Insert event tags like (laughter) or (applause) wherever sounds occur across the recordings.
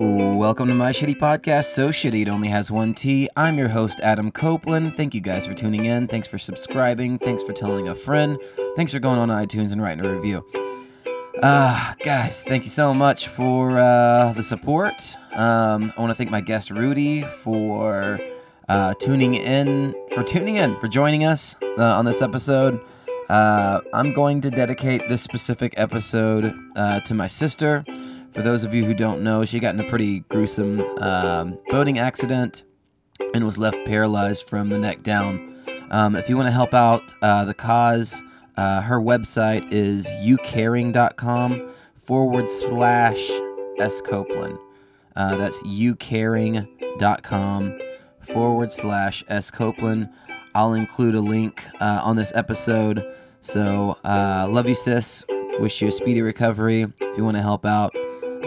Welcome to my shitty podcast, So Shitty It Only Has One T. I'm your host, Adam Copeland. Thank you guys for tuning in. Thanks for subscribing. Thanks for telling a friend. Thanks for going on iTunes and writing a review. Uh, guys, thank you so much for uh, the support. Um, I want to thank my guest, Rudy, for uh, tuning in, for tuning in, for joining us uh, on this episode. Uh, I'm going to dedicate this specific episode uh, to my sister. For those of you who don't know, she got in a pretty gruesome um, boating accident and was left paralyzed from the neck down. Um, if you want to help out uh, the cause, uh, her website is youcaring.com forward slash S Copeland. Uh, that's youcaring.com forward slash S Copeland. I'll include a link uh, on this episode. So, uh, love you, sis. Wish you a speedy recovery. If you want to help out,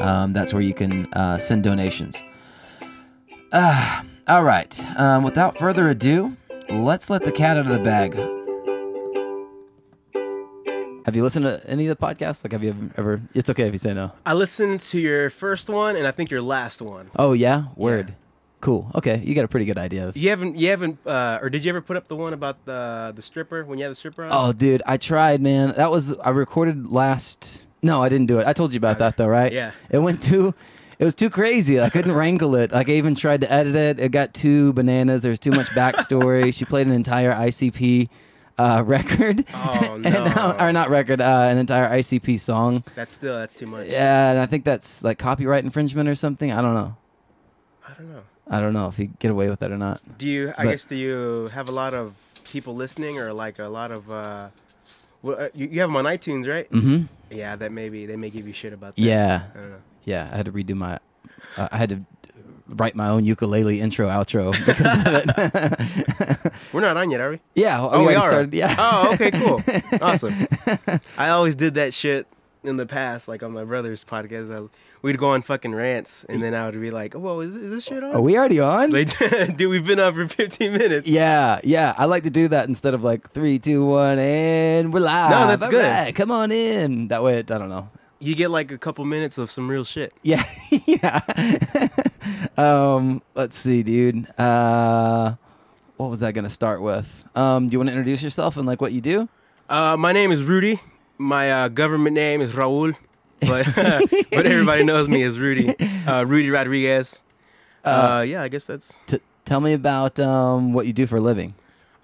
um, that's where you can uh, send donations. Ah, all right. Um, without further ado, let's let the cat out of the bag. Have you listened to any of the podcasts? Like, have you ever? It's okay if you say no. I listened to your first one and I think your last one. Oh yeah, word. Cool. Okay, you got a pretty good idea. Of- You haven't, you haven't, uh, or did you ever put up the one about the the stripper when you had the stripper on? oh, dude, I tried, man. That was I recorded last. No, I didn't do it. I told you about that though, right? Yeah. It went too. It was too crazy. I couldn't wrangle it. Like I even tried to edit it. It got too bananas. There's too much backstory. she played an entire ICP uh, (laughs) record. Oh, (laughs) And, no. uh, or not record. Uh, an entire ICP song. That's still that's too much. Yeah, and I think that's like copyright infringement or something. I don't know. I don't know. I don't know if he get away with that or not. Do you? I But- guess do you have a lot of people listening or like a lot of? Uh, well, uh, you, you have them on iTunes, right? Mm-hmm. Yeah, that maybe they may give you shit about that. Yeah. I don't know. yeah, I had to redo my, uh, I had to write my own ukulele intro outro (laughs) because of (laughs) it. We're not on yet, are we? yeah, Oh, already we are. started. Yeah. Oh, okay, cool, awesome. I always did that shit in the past, like on my brother's podcast. I, we'd go on fucking rants, and then I would be like, "Whoa, is, is this shit (laughs) on?" Are we already on? Like, (laughs) dude, we've been up for 15 minutes. yeah, yeah. I like to do that instead of like three, two, one, and we're live. that's All good. right, come on in. That way, it, I don't know. You get like a couple minutes of some real shit. Yeah, (laughs) yeah. um, let's see, dude. Uh, what was I gonna start with? Um, do you want to introduce yourself and like what you do? Uh, my name is Rudy. My uh, government name is Raul, but (laughs) but everybody knows me as Rudy. Uh, Rudy Rodriguez. Uh, yeah, I guess that's. T- tell me about um, what you do for a living.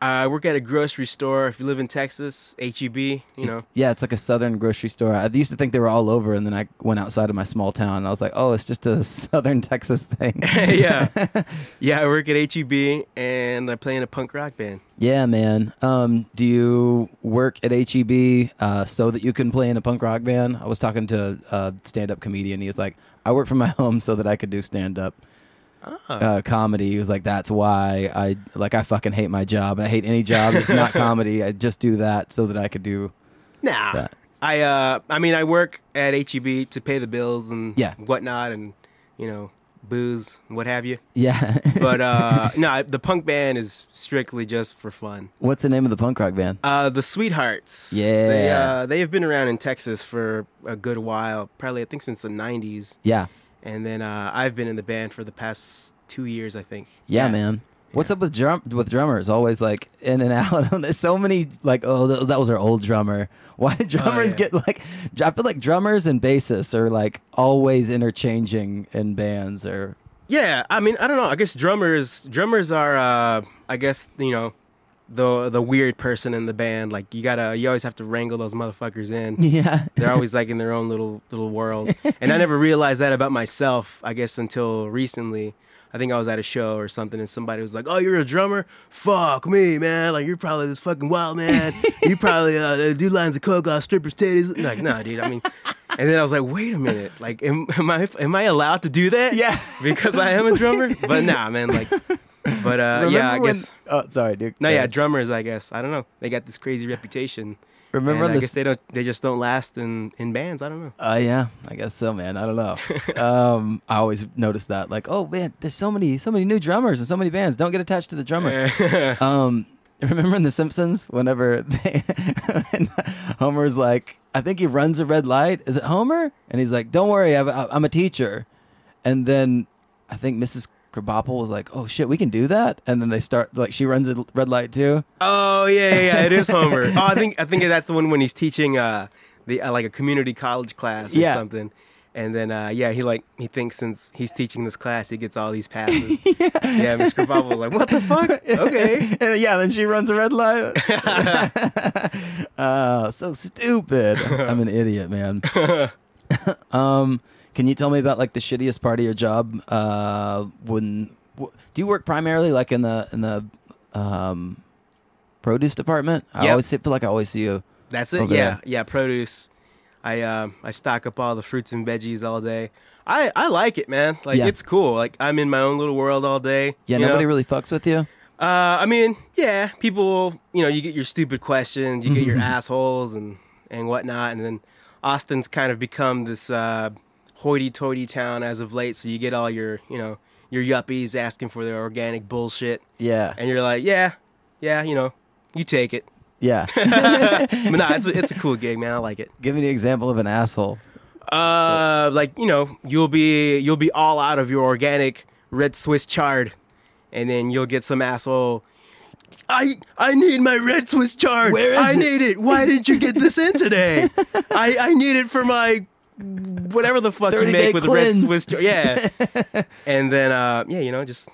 I work at a grocery store. If you live in Texas, HEB, you know. Yeah, it's like a southern grocery store. I used to think they were all over, and then I went outside of my small town, and I was like, "Oh, it's just a (laughs) southern Texas thing." (laughs) yeah, yeah. I work at HEB, and I play in a punk rock band. yeah, man. Um, do you work at HEB uh, so that you can play in a punk rock band? I was talking to a stand-up comedian. He was like, "I work from my (laughs) home so that I could do stand-up Ah. uh, comedy." He was like, "That's why I like I fucking hate my job, and I hate any job that's (laughs) not comedy. I just do that so that I could do." Nah. That- I uh I mean I work at HEB to pay the bills and Yeah. whatnot and you know booze and what have you. Yeah. (laughs) But uh no, I- the punk band is strictly just for fun. what's the name of the punk rock band? Uh the Sweethearts. They Yeah. uh they have been around in Texas for a good while, probably I think since the 90s. Yeah. And then uh I've been in the band for the past 2 years I think. Yeah, man. What's up with drum with drummers? Always like in and (laughs) out. There's so many like, oh, th- that was our old drummer. (laughs) Why did drummers Oh, yeah. get like? I feel like drummers and bassists are like always interchanging in bands. Or (laughs) Yeah, I mean, I don't know. I guess drummers drummers are uh I guess, you know, the the weird person in the band. Like you gotta you always have to wrangle those motherfuckers in. yeah, They're always like in their own little little world. And I never realized that about myself, I guess until recently. I think I was at a show or something and somebody was like, "Oh, you're a drummer? Fuck me, man. Like you're probably this fucking wild man. You probably uh, do lines of coke off strippers' titties." Like, nah, dude. I mean, and then I was like, "Wait a minute. Like am, am I am I allowed to do that?" Yeah. Because I am a drummer? But nah, man, like but uh Remember yeah, I when- guess Oh, sorry, dude. no, Go yeah, ahead. drummers. I guess I don't know. They got this crazy reputation. Remember on and I the guess they don't. They just don't last in in bands. I don't know. Uh, yeah, I guess so, man. I don't (laughs) know. um, I always notice that, like, oh man, there's so many, so many new drummers and so many bands. Don't get attached to the drummer. um, (laughs) remember in The Simpsons, whenever they, (laughs) when Homer's like, I think he runs a red light. Is it Homer? And he's like, Don't worry, I've, I- I'm a teacher. And then I think Mrs. Krabappel was like, "Oh shit, we can do that," and then they start like she runs a red light too. (laughs) Oh yeah, yeah, yeah. It is (laughs) Homer. oh, I think I think that's the one when he's teaching uh the uh, like a community college class or Yeah. something. And then uh yeah, he like he thinks since he's teaching this class, he gets all these (laughs) passes. yeah, Mr. Krabappel was like, what the fuck? Okay. And, yeah, then she runs a red light. (laughs) uh, so stupid. I'm an idiot, (laughs) man. um, can you tell me about like the shittiest part of your job? Uh, when w- do you work primarily like in the in the um, produce department? I Yep. always see- feel like I always see you. That's it. Over yeah, there. yeah. Produce. I um I stock up all the fruits and veggies all day. I I like it, man. Like Yeah. it's cool. Like I'm in my own little world all day. Yeah, you know? nobody really fucks with you. Uh, I mean, yeah, people, will- you know, you get your stupid questions, you get your assholes and, and whatnot. And then Austin's kind of become this uh, hoity toity town as of late. So you get all your, you know, your yuppies asking for their organic bullshit. (laughs) Yeah, And you're like, yeah, yeah, you know, you take it. yeah. (laughs) But no, it's a, it's a cool gig, man. I like it. Give me the example of an asshole. Uh, like you know, you'll be you'll be all out of your organic red Swiss chard, and then you'll get some asshole. I I need my red Swiss chard. Where is I need it. Why did you get this in (laughs) today? I I need it for my whatever the fuck you 30-day make with cleanse. red Swiss chard. (laughs) Yeah, and then uh yeah, you know, just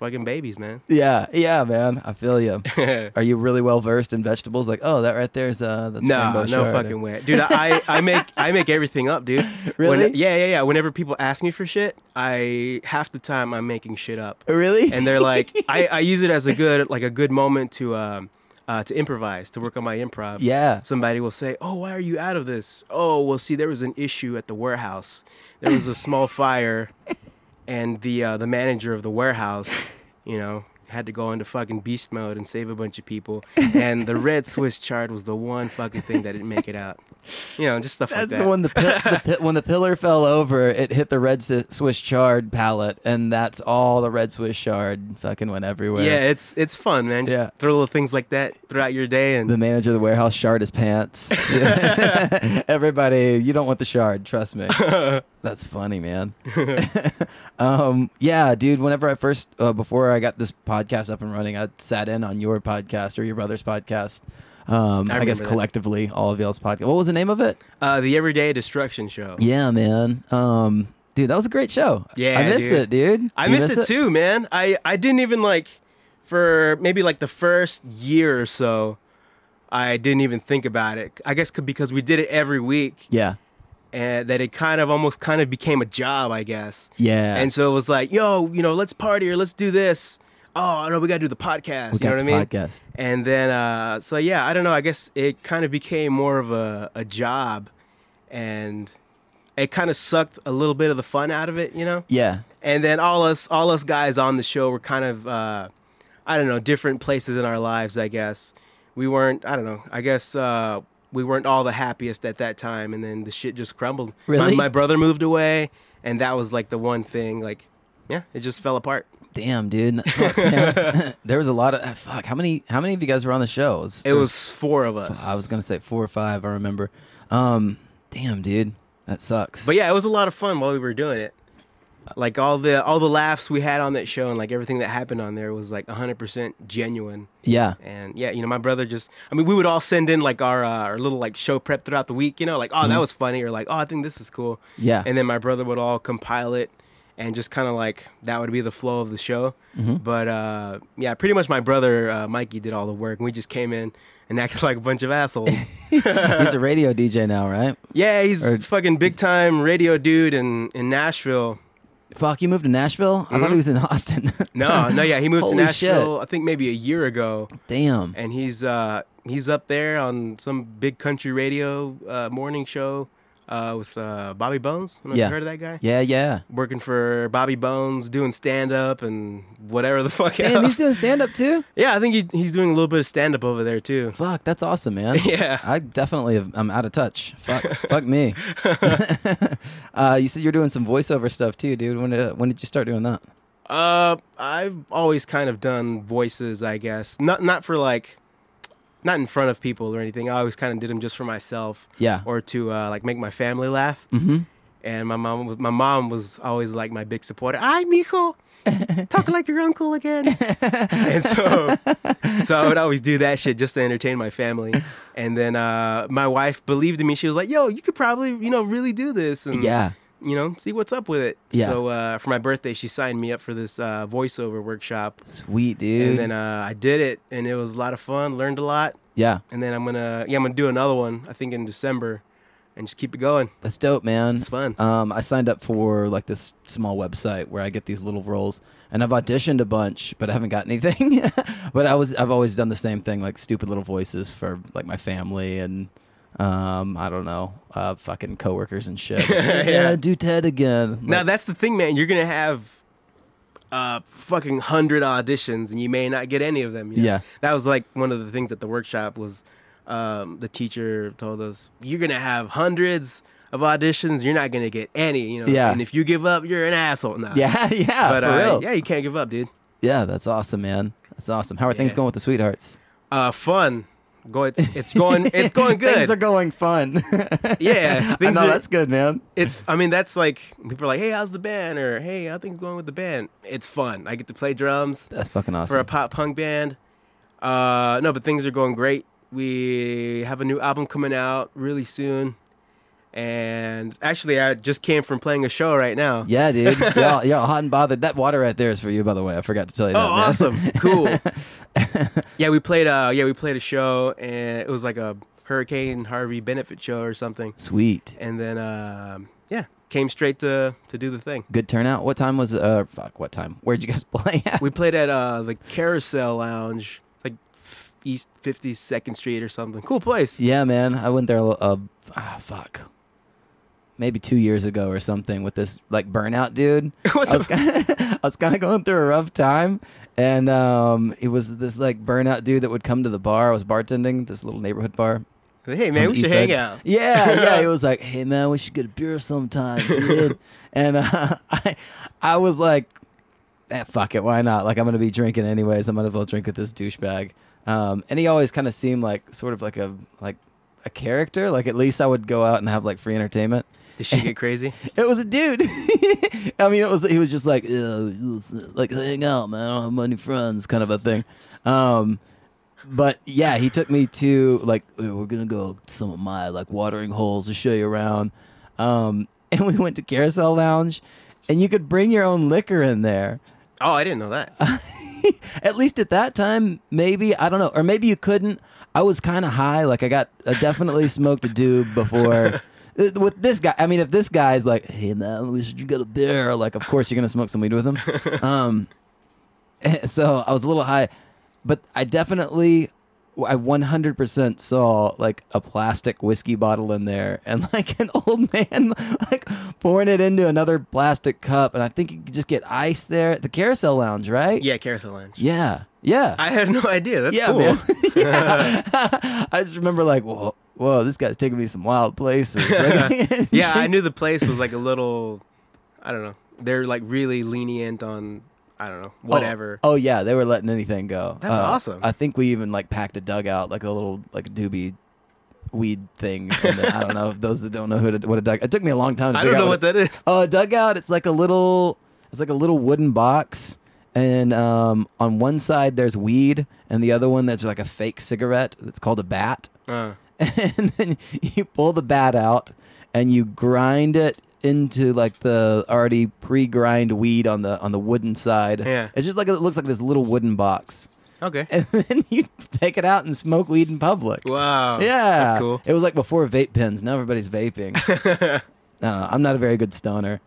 fucking babies, man. Yeah, yeah, man. I feel you. (laughs) no, Are you really well versed in vegetables? Like, oh, that right there is uh, that's no rainbow chard. fucking way, dude. I I make I make everything up, (laughs) dude. When- Really? yeah, yeah, yeah. Whenever people ask me for shit, I half the time I'm making shit up. Oh, Really? and they're (laughs) like, I, I use it as a good like a good moment to um uh, to improvise to work on my improv. yeah. Somebody will say, "Oh, why are you out of this?" Oh, well, see, there was an issue at the warehouse. There was a (laughs) small fire, and the uh, the manager of the warehouse, you know, had to go into fucking beast mode and save a bunch of people. And (laughs) the red Swiss chard was the one fucking thing that didn't make it out. You know, just stuff like That's that. the one. The, pi- the pi- when the pillar fell over, it hit the red Swi- Swiss chard pallet, and that's all the red Swiss chard fucking went everywhere. yeah, it's it's fun, man. Just Yeah. throw little things like that throughout your day, and The manager of the warehouse shard his (laughs) pants. (laughs) Everybody, you don't want the shard. Trust (laughs) me. That's funny, man. (laughs) um, yeah, dude. Whenever I first, uh, before I got this podcast up and running, I sat in on your podcast or your brother's podcast. Um, I I, guess remember that. collectively, all of y'all's podcast. What was the name of it? Uh, the Everyday Destruction Show. Yeah, man. Um, dude, that was a great show. Yeah, I miss dude. it, dude. I You miss, it, too, man. I, I didn't even like for maybe like the first year or so. I didn't even think about it. I guess c- because we did it every week, Yeah, and that it kind of almost kind of became a job, I guess. yeah. And so it was like, yo, you know, let's party or let's do this. Oh no, we gotta do the podcast. We you got know what I the mean? Podcast. And then, uh, so yeah, I don't know. I guess it kind of became more of a, a job, and it kind of sucked a little bit of the fun out of it, you know. Yeah, And then all us, all us guys on the show were kind of, uh, I don't know, different places in our lives. I guess we weren't. I don't know. I guess uh, we weren't all the happiest at that time, and then the shit just crumbled. My- Really? my brother moved away, and that was like the one thing. Like, yeah, it just fell apart. Damn, dude, that (laughs) sucks, man. (laughs) there was a lot of ah, fuck. How many? How many of you guys were on the show? It was, It was four of us. I was gonna say four or five. I remember. Um, damn, dude, that sucks. But yeah, it was a lot of fun while we were doing it. Like all the all the laughs we had on that show and like everything that happened on there was like 100% genuine. yeah, And yeah, you know, my brother just I mean, we would all send in like our uh, our little like show prep throughout the week, you know, like, "Oh, Mm-hmm. that was funny," or like, "Oh, I think this is cool." Yeah. And then my brother would all compile it and just kind of like that would be the flow of the show. Mm-hmm. But uh yeah, pretty much my brother uh, Mikey did all the work and we just came in and acted (laughs) like a bunch (laughs) of assholes. (laughs) he's a radio DJ now, right? yeah, he's Or- fucking big time radio dude in in Nashville. Fuck, he moved to Nashville. I thought he was in (laughs) Austin. Mm-hmm. No, no, yeah, he moved (laughs) to Holy Nashville. I think maybe a year ago, damn. and he's uh he's up there on some big country radio uh, morning show uh, with uh, Bobby Bones. I don't know Yeah. if you heard of that guy. Yeah, (laughs) yeah. Working for Bobby Bones, doing stand up and whatever the (laughs) fuck Damn, he's else. doing stand up too. yeah, I think he, he's doing a little bit of stand up over there too. (laughs) Fuck, that's awesome, man. Yeah. I definitely am, I'm out of touch. Fuck, fuck (laughs) me. uh, you said you're doing some voiceover stuff too, dude. When did, when did you start doing that? Uh, I've always kind of done voices, I guess. Not not for like, not in front of people or anything. I always kind of did them just for myself. Yeah. Or to uh, like make my family laugh. Mm-hmm. And my mom was my mom was always like my big supporter. Ay, mijo, talk like your uncle (laughs) again. and so so I would always do that shit just to entertain my family. And then uh, my wife believed in me. She was like, "Yo, you could probably you know really do this." And Yeah. you know, see what's up with it. Yeah. So uh, for my birthday, she signed me up for this uh, voiceover workshop, Sweet dude. and then uh, I did it, and it was a lot of fun. Learned a lot, yeah. and then I'm gonna yeah I'm gonna do another one. I think in December, and just keep it going. That's dope, man. It's fun. Um, I signed up for like this small website where I get these little roles, and I've auditioned a bunch, but I haven't got anything. (laughs) but I was I've always done the same thing, like stupid little voices for like my family and um, I don't know, uh, fucking coworkers and (laughs) shit. yeah. do Ted again. Like, now that's the thing, man. You're gonna have uh fucking hundred auditions, and you may not get any of them. you know? Yeah. That was like one of the things at the workshop was um, the teacher told us you're gonna have hundreds of auditions, you're not gonna get any. You know. Yeah. And if you give up, you're an asshole. (laughs) Nah. yeah, yeah, but for uh, real. yeah, you can't give up, dude. Yeah, that's awesome, man. That's awesome. How are things Yeah. going with the sweethearts? Uh, fun. Go. It's it's going (laughs) it's going good. things are going fun. (laughs) yeah. I Things know are, that's good, man. it's. I mean, that's like people are like, hey, how's the band? Or hey, how things going with the band? It's fun. I get to play drums That's fucking awesome. for a pop punk band. Uh, no, but things are going great. We have a new album coming out really soon. And actually, I just came from playing a show right now. Yeah, (laughs) dude. Y'all, y'all hot and bothered. That water right there is for you, by the way. I forgot to tell you Oh, that. man. awesome! Cool. yeah, we played. Uh, yeah, we played a show, and it was like a Hurricane Harvey benefit show or something. (laughs) Sweet. And then, um yeah, came straight to to do the thing. Good turnout. What time was uh fuck, what time? Where'd you guys (laughs) play at? We played at uh, the Carousel Lounge, like f- East Fifty Second Street or something. Cool place. (laughs) yeah, man. I went there uh ah, fuck. Maybe 2 years ago or something with this like burnout dude. What's (laughs) I was, kinda, I was kind of going through a rough time and um it was this like burnout dude that would come to the bar. I was bartending, this little neighborhood bar. Hey on man, the we east should side. (laughs) hang out. Yeah, (laughs) yeah. It was like, hey man, we should get a beer sometime, dude. and uh, (laughs) I, I was like, eh, fuck it, why not? Like I'm gonna be drinking anyways. I might as well drink with this douchebag. Um, and he always kind of seemed like sort of like a like a character. Like at least I would go out and have like free entertainment. Did she get crazy? It was a dude. (laughs) I mean, it was he was just like "Ugh, like hang out, man. I don't have many friends, kind of a thing. Um, but yeah, he took me to like we we're gonna go to some of my like watering holes to show you around. Um, (laughs) and we went to Carousel Lounge, and you could bring your own liquor in there. (laughs) Oh, I didn't know that. Uh, at least at that time, maybe I don't know, or maybe you couldn't. I was kind of high, like I got I definitely (laughs) smoked a doob before. Uh, With this guy, I mean, if this guy's like, "Hey man, we should you get a beer," like, of course you're gonna smoke some weed with him. Um, (laughs) so I was a little high, but I definitely, I 100% saw like a plastic whiskey bottle in there and (laughs) like an old man like pouring it into another plastic cup, and I think you could just get ice there. The Carousel Lounge, right? Yeah, Carousel Lounge. Yeah. Yeah. I had no idea. That's yeah, cool. (laughs) man. (laughs) yeah. I just remember like, whoa, whoa, this guy's taking me some wild places. (laughs) Like, (laughs) yeah, I knew the place was like a little. I don't know. They're like really lenient on. I don't know. Whatever. Oh, oh, yeah, they were letting anything go. Uh, That's awesome. I think we even like packed a dugout, like a little like doobie weed thing. And then, I don't know those that don't know who to, what a dugout. It took me a long time. To I don't figure out know what a- what that (laughs) is. Oh, a dugout. It's like a little. It's like a little wooden box, and um, on one side there's weed, and the other one that's like a fake cigarette. That's called a bat, Uh, (laughs) and then you pull the bat out, and you grind it into like the already pre-grind weed on the on the wooden side. Yeah. it's just like it looks like this little wooden box, (laughs) okay. and then you take it out and smoke weed in public. Wow. Yeah, That's cool. It was like before vape pens. Now everybody's (laughs) vaping. I don't know. I'm not a very good stoner.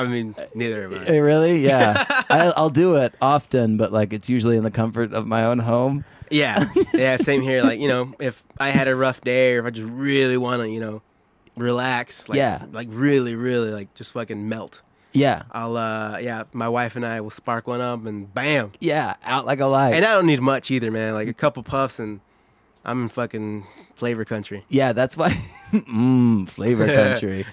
I mean, neither (laughs) of us. Eh, really? (laughs) Yeah. I, I'll do it often, but like it's usually in the comfort of my own home. (laughs) Yeah. Yeah. Same here. Like you know, if I had a rough day, or if I just really want to, you know, relax. Like, Yeah. Like really, really, like just fucking melt. Yeah. I'll. uh Yeah. My wife and I will spark one up, and bam. Yeah. Out like a light. And I don't need much either, man. Like a couple puffs, and I'm in fucking flavor country. yeah, that's why. (laughs) mm, flavor (laughs) country.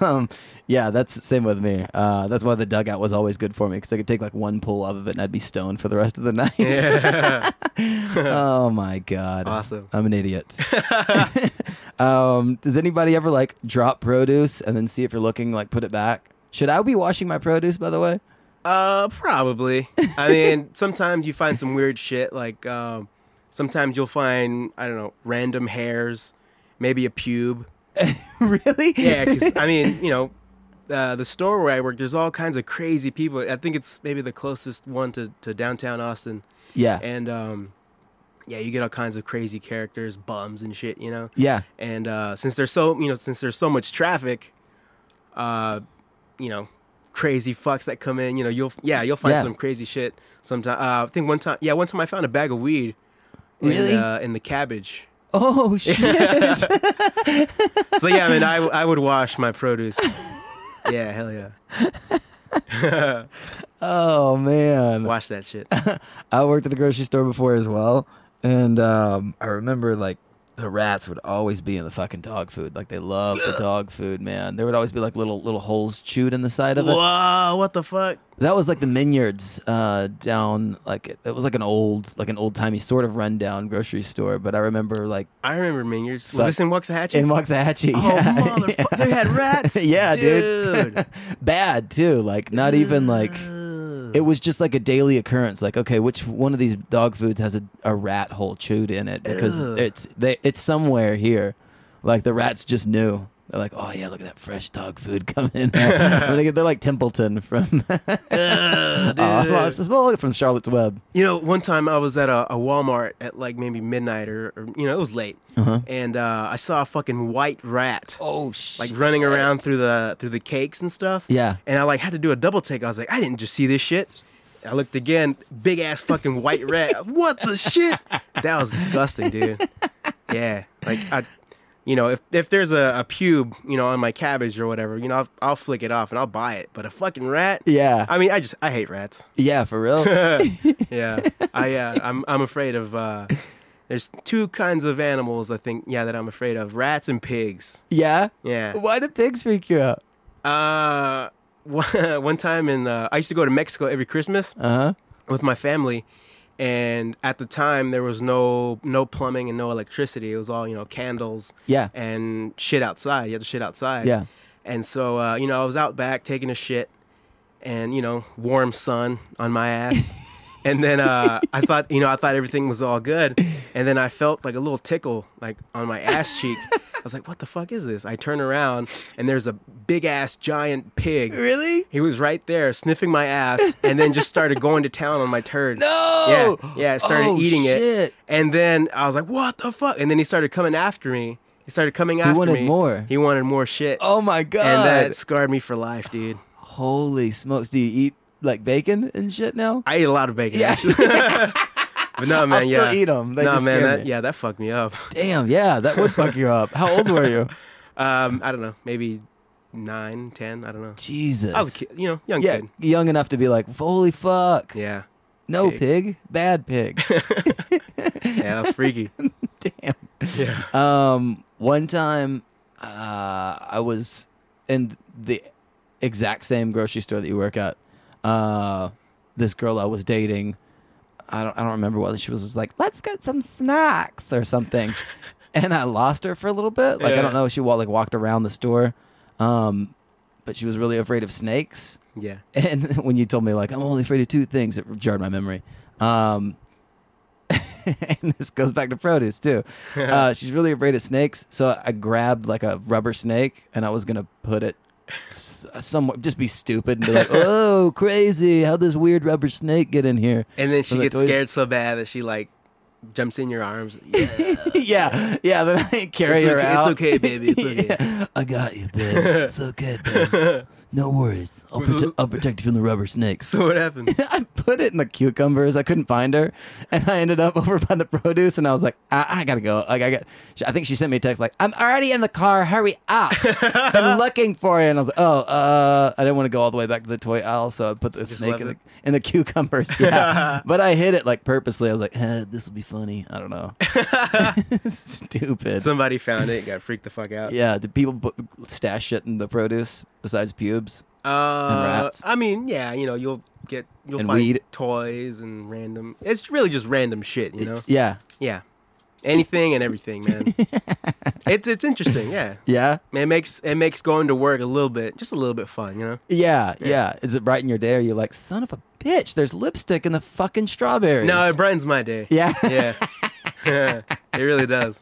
um, yeah, that's the same with me. Uh, that's why the dugout was always good for me because I could take like one pull off of it and I'd be stoned for the rest of the (laughs) night. Yeah. oh my God. Awesome. (laughs) I'm an idiot. (laughs) Um, does anybody ever like drop produce and then see if you're looking, like put it back? Should I be washing my produce, by the way? (laughs) Uh, probably. I mean, sometimes you find some weird shit. Like, um, sometimes you'll find I don't know random hairs, maybe a pube. really? Yeah, because I mean, you know, uh, the store where I work, there's all kinds of crazy people. I think it's maybe the closest one to, to downtown Austin, (laughs) yeah. and um, yeah, you get all kinds of crazy characters, bums and shit, you know. (laughs) Yeah. And uh, since there's so you know since there's so much traffic, uh, you know, crazy fucks that come in. You know, you'll yeah you'll find Yeah. some crazy shit. Sometime uh, I think one time yeah one time I found a bag of weed. Really? In, uh, in the cabbage. Oh (laughs) shit. So yeah, I mean, I, I would wash (laughs) my produce. Yeah, hell yeah, oh man. wash that shit. (laughs) I worked at a grocery store before as well, and um, I remember like the rats would always be in the fucking dog food. Like they love the (gasps) dog food, man. There would always be like little little holes chewed in the side of it. Whoa, what the fuck? That was like the Minyards uh, down like it, it was like an old like an old timey sort of rundown grocery store. But I remember like I remember Mingers. Fuck. Was this in Waxahachie? in Waxahachie, oh, (laughs) yeah, motherfucker. They had (laughs) rats. yeah, dude, dude. (laughs) bad too. Like not even like. (laughs) Ugh. It was just like a daily occurrence. Like, okay, which one of these dog foods has a, a rat hole chewed in it? Because Ugh. it's they, it's somewhere here. Like the rats just knew. They're like, oh yeah, look at that fresh dog food (laughs) coming in. (laughs) When they get- they're like Templeton from (laughs) Ugh, Aw, dude. well, it's small from Charlotte's Web. You know, one time I was at a, a Walmart at like maybe midnight or, or you know, it was late. And uh, I saw a fucking white rat Uh-huh. Oh shit! like running around through the through the cakes and stuff. Yeah. And I like had to do a double take. I was like, I didn't just see this shit. I looked again, big ass fucking white rat. (laughs) What the shit? That was disgusting, dude. Yeah. Like I you know, if if there's a, a pube, you know, on my cabbage or whatever, you know, I'll, I'll flick it off and I'll buy it. But a fucking rat? yeah, I mean, I just I hate rats. (laughs) yeah, for (laughs) real. Yeah. I uh, I'm I'm afraid of uh there's two kinds of animals I think yeah that I'm afraid of. Rats and pigs. yeah. Yeah. Why do pigs freak you out? Uh, (laughs) one one time in uh, I used to go to Mexico every Christmas Uh huh. with my family, and at the time there was no no plumbing and no electricity. It was all you know candles Yeah. and shit outside. You had to shit outside. Yeah. And so uh, you know I was out back taking a shit, and you know warm sun on (laughs) my ass. And then uh, I thought, you know, I thought everything was all good, and then I felt like a little tickle, like on my ass cheek. I was like, "What the fuck is this?" I turn around, and there's a big ass giant pig. Really? He was right there sniffing my ass and then just started going to town on my turd. No. Yeah, yeah, I started Oh, eating shit. it. And then I was like, what the fuck? And then he started coming after me. He started coming after wanted me. more. He wanted more shit. Oh my god. And that scarred me for life, dude. Holy smokes! Do you eat like bacon and shit now? I ate a lot of bacon, Yeah. actually. (laughs) but no, man, I'll yeah. still eat 'em. They no, just man, scare that, me. yeah, that fucked me up. (laughs) Damn, yeah, that would fuck you up. How old were (laughs) you? Um, I don't know, maybe nine, ten, I don't know. Jesus. I was a kid, you know, young Yeah, kid. young enough to be like, holy fuck. Yeah. no pig. pig. bad pig. Yeah, that was freaky. (laughs) Damn. yeah. Um, one time, uh, I was in the exact same grocery store that you work at. Uh, this girl I was dating, I don't, I don't remember what she was, just like, let's get some snacks or something. and I lost her for a little bit. Like, I Yeah. don't know. She wa- like walked around the store. Um, but she was really afraid of snakes. Yeah. And (laughs) when you told me like I'm only afraid of two things, it jarred my memory. Um, (laughs) and this goes back to produce (laughs) too. Uh, she's really afraid of snakes, so I grabbed like a rubber snake and I was gonna put it s- somewhat, just be stupid and be (laughs) like, "Oh, crazy! How this weird rubber snake get in here?" And then she Like, gets always- scared so bad that she like jumps in your arms. (laughs) Yeah, (laughs) yeah, yeah. Then I (laughs) carry it's, her okay, it's out. okay, baby. It's okay. (laughs) Yeah. I got you, babe. It's okay, (laughs) babe. No worries. I'll, prote- I'll protect you from the rubber snakes. So what happened? (laughs) I put it in the cucumbers. I couldn't find her, and I ended up (laughs) over by the produce. And I was like, I, I gotta go. Like I got. she- I think she sent me a text like, I'm already in the car. Hurry (laughs) up! Been looking for you. And I was like, Oh, uh, I didn't want to go all the way back to the toy aisle, so I put the snake left in the, it? in the (laughs) cucumbers. Yeah, but I hid it like purposely. I was like, eh, This will be funny. I don't (laughs) know. (laughs) Stupid. Somebody found it, got freaked the fuck out. yeah, do people put, stash shit in the produce besides pubes? Uh, rats. I mean, yeah, you know, you'll get you'll And find weed. toys and random. It's really just random shit, you know. Yeah, Yeah, anything and everything, (laughs) man. it's it's interesting, yeah. Yeah. It makes it makes going to work a little bit, just a little bit fun, you know. Yeah, yeah. Is it brighten your day? Or are you like, son of a bitch? There's lipstick in the fucking strawberries. No, it brightens my (laughs) day. (laughs) yeah, Yeah. (laughs) it really does.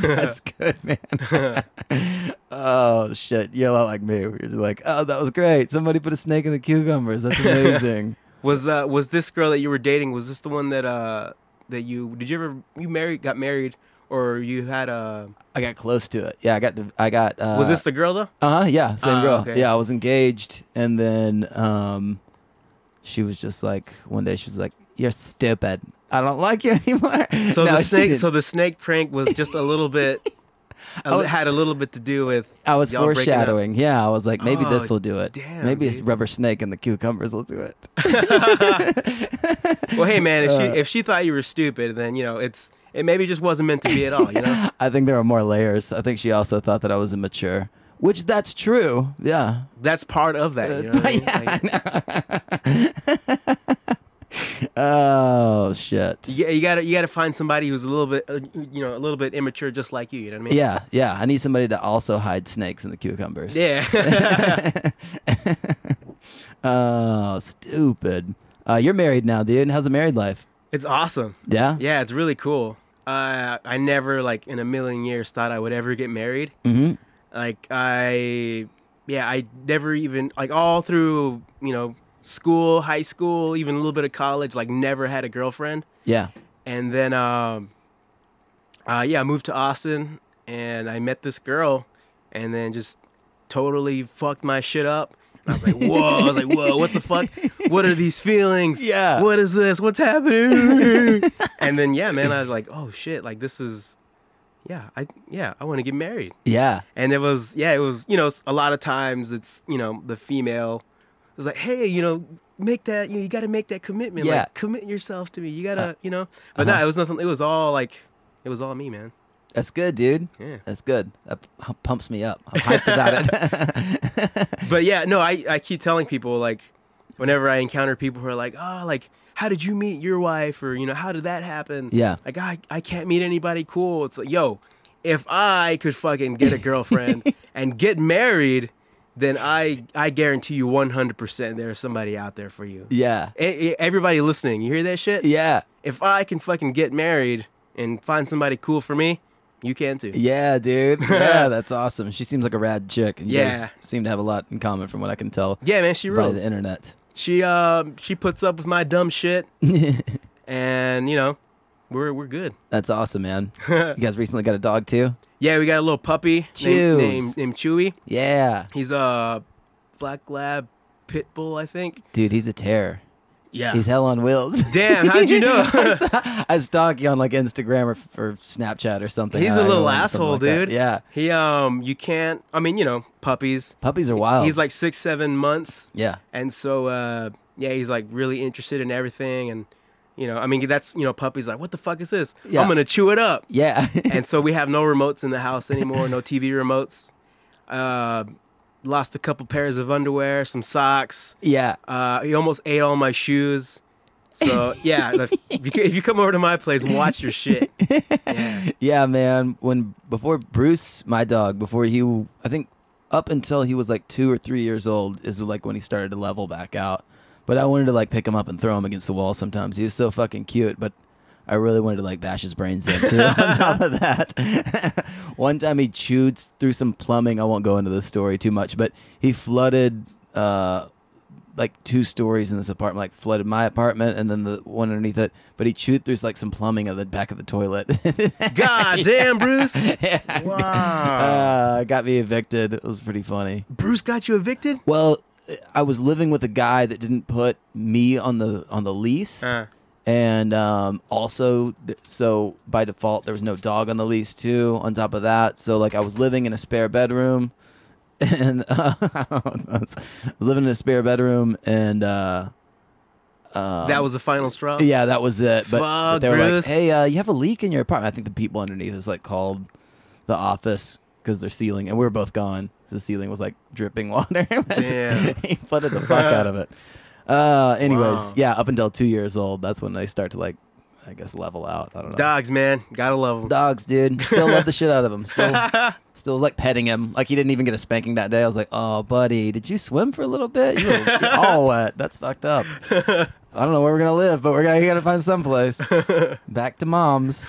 that's good, man. (laughs) oh shit, you look like me. You're like, oh, that was great. Somebody put a snake in the cucumbers. (laughs) That's amazing. Was uh was this girl that you were dating? Was this the one that uh that you did you ever you married got married or you had a I got close to it. Yeah, I got. To, I got. Uh, was this the girl though? Uh huh. Yeah, same Ah, girl. okay. Yeah, I was engaged, and then um, she was just like, one day she was like, "You're stupid. I don't like you (laughs) anymore." So No, the she snake didn't. so the snake prank was just a little bit (laughs) a li- had a little bit to do with I was y'all breaking up. foreshadowing. Yeah, I was like, maybe Oh, this will do it. damn, maybe a dude. rubber snake and the cucumbers will do it. (laughs) Well, hey man, if she if she thought you were stupid, then you know it's it maybe just wasn't meant to be at all. You (laughs) know, I think there are more layers. I think she also thought that I was immature, which that's true. Yeah. that's part of that. (laughs) You know what I mean? yeah, Like, (laughs) Oh shit. yeah, you gotta you gotta find somebody who's a little bit uh, you know a little bit immature, just like you. You know what I mean? Yeah, yeah. I need somebody to also hide snakes in the cucumbers. Yeah. (laughs) (laughs) Oh, stupid. Uh, you're married now, dude. How's the married life? it's awesome. Yeah. Yeah, it's really cool. Uh, I never like in a million years thought I would ever get married. Mhm. Like I, yeah, I never even like all through you know school, high school, even a little bit of college. Like never had a girlfriend. Yeah. and then um, uh, yeah, I moved to Austin and I met this girl, and then just totally fucked my shit up. And I was like, whoa! I was like, whoa! What the fuck? What are these feelings? Yeah. What is this? What's happening? (laughs) and then yeah, man, I was like, oh shit! Like this is, yeah, I yeah, I want to get married. Yeah. And it was, yeah, it was, you know, a lot of times it's, you know, the female was like, hey, you know, make that, you, know, you got to make that commitment. Yeah. Like, commit yourself to me. You got to, you know. But no, it was nothing. It was all like, it was all me, man. That's good, dude. Yeah. That's good. That p- pumps me up. I'm hyped about it. (laughs) (laughs) But yeah, no, I, I keep telling people, like, whenever I encounter people who are like, oh, like, how did you meet your wife? Or, you know, how did that happen? Yeah. Like, I, I can't meet anybody cool. It's like, yo, if I could fucking get (laughs) a girlfriend and get married, then I, I guarantee you 100% there's somebody out there for you. Yeah. E- e- Everybody listening, you hear that shit? Yeah. If I can fucking get married and find somebody cool for me, you can too. Yeah, (laughs) dude. Yeah, that's awesome. She seems like a rad chick, and you Yeah. guys seem to have a lot in common from what I can tell Yeah, man, she by rules. the internet. (laughs) She um she puts up with my dumb shit, and you know, we're we're good. That's awesome, (laughs) man. you guys recently got a dog too? Yeah, we got a little puppy named, Chews. named named Chewy. Yeah, He's a black lab pit bull, I think. dude, he's a terror. Yeah. He's hell on wheels. (laughs) Damn, how'd you (laughs) know? I, (laughs) saw, I stalk you on like Instagram or, or Snapchat or something. He's I a don't little know, something asshole, like that. dude. Yeah, He um you can't. I mean, you know, puppies. puppies are wild. He's like six seven months. yeah, And so, uh, yeah, he's like really interested in everything. And, you know, I mean, that's, you know, puppy's like, what the fuck is this? Yeah. I'm going to chew it up. yeah, (laughs) and so we have no remotes in the house anymore, no TV remotes. Uh, lost a couple pairs of underwear, some socks. yeah. Uh, he almost ate all my shoes. So, yeah, if if you, if you come over to my place, watch (laughs) your shit. Yeah. Yeah, man. When before Bruce, my dog, before he, I think up until he was like two or three years old is like when he started to level back out. But I wanted to like pick him up and throw him against the wall sometimes. He was so fucking cute, but I really wanted to like bash his brains in too. (laughs) on top of that, (laughs) one time he chewed through some plumbing. I won't go into the story too much, but he flooded. uh like two stories in this apartment, like flooded my apartment and then the one underneath it. But he chewed through like some plumbing of the back of the toilet. (laughs) God damn, Bruce. Wow. uh, got me evicted. It was pretty funny. Bruce got you evicted? Well, I was living with a guy that didn't put me on the on the lease, Uh. and um, also th- so by default there was no dog on the lease too. On top of that, so like I was living in a spare bedroom, (laughs) and (laughs) uh, I was living in a spare bedroom, and uh, that was the final straw? yeah, that was it. But, but Fuck, they were like, Bruce. "Hey, uh, you have a leak in your apartment." I think the people underneath us like called the office because their ceiling, and we were both gone. The ceiling was like dripping (laughs) water. Damn. he flooded the fuck out of it. Uh, anyways, Wow. yeah, up until two years old, that's when they start to like I guess level out. I don't know. Dogs, man, gotta love them. Dogs, dude. Still love the shit out of him. Still, (laughs) still was like petting him. Like he didn't even get a spanking that day. I was like, oh, buddy, did you swim for a little bit? You were (laughs) all wet. That's fucked up. I don't know where we're gonna live, but we're gonna, we gotta find (laughs) someplace. Back to mom's.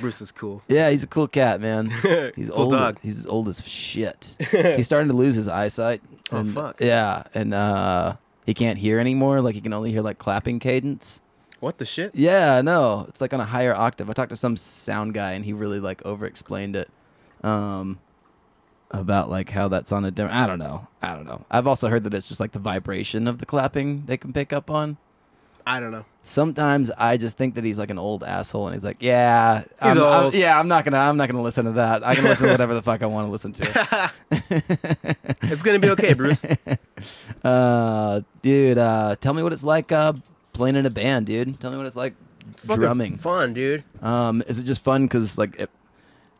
Bruce is cool. Yeah, he's a cool cat, (laughs) man. He's Cool old. dog. He's old as (laughs) shit. he's starting to lose his eyesight. Oh, and- fuck. Yeah, and uh, he can't hear anymore. Like he can only hear like clapping cadence. What the shit? Yeah, no, it's like on a higher octave. I talked to some sound guy, and he really like over-explained it. Um, about like how that's on a different. I don't know. I don't know. I've also heard that it's just like the vibration of the clapping they can pick up on. I don't know. Sometimes I just think that he's like an old asshole, and he's like, "Yeah, I'm, I'm- old. yeah, I'm not gonna, I'm not gonna listen to that. I can listen (laughs) to whatever the fuck I want to listen to." It's gonna (laughs) be okay, Bruce. Uh, dude, uh, tell me what it's like uh, playing in a band, dude. Tell me what it's like It's fucking drumming. fun, dude. Um, is it just fun because like it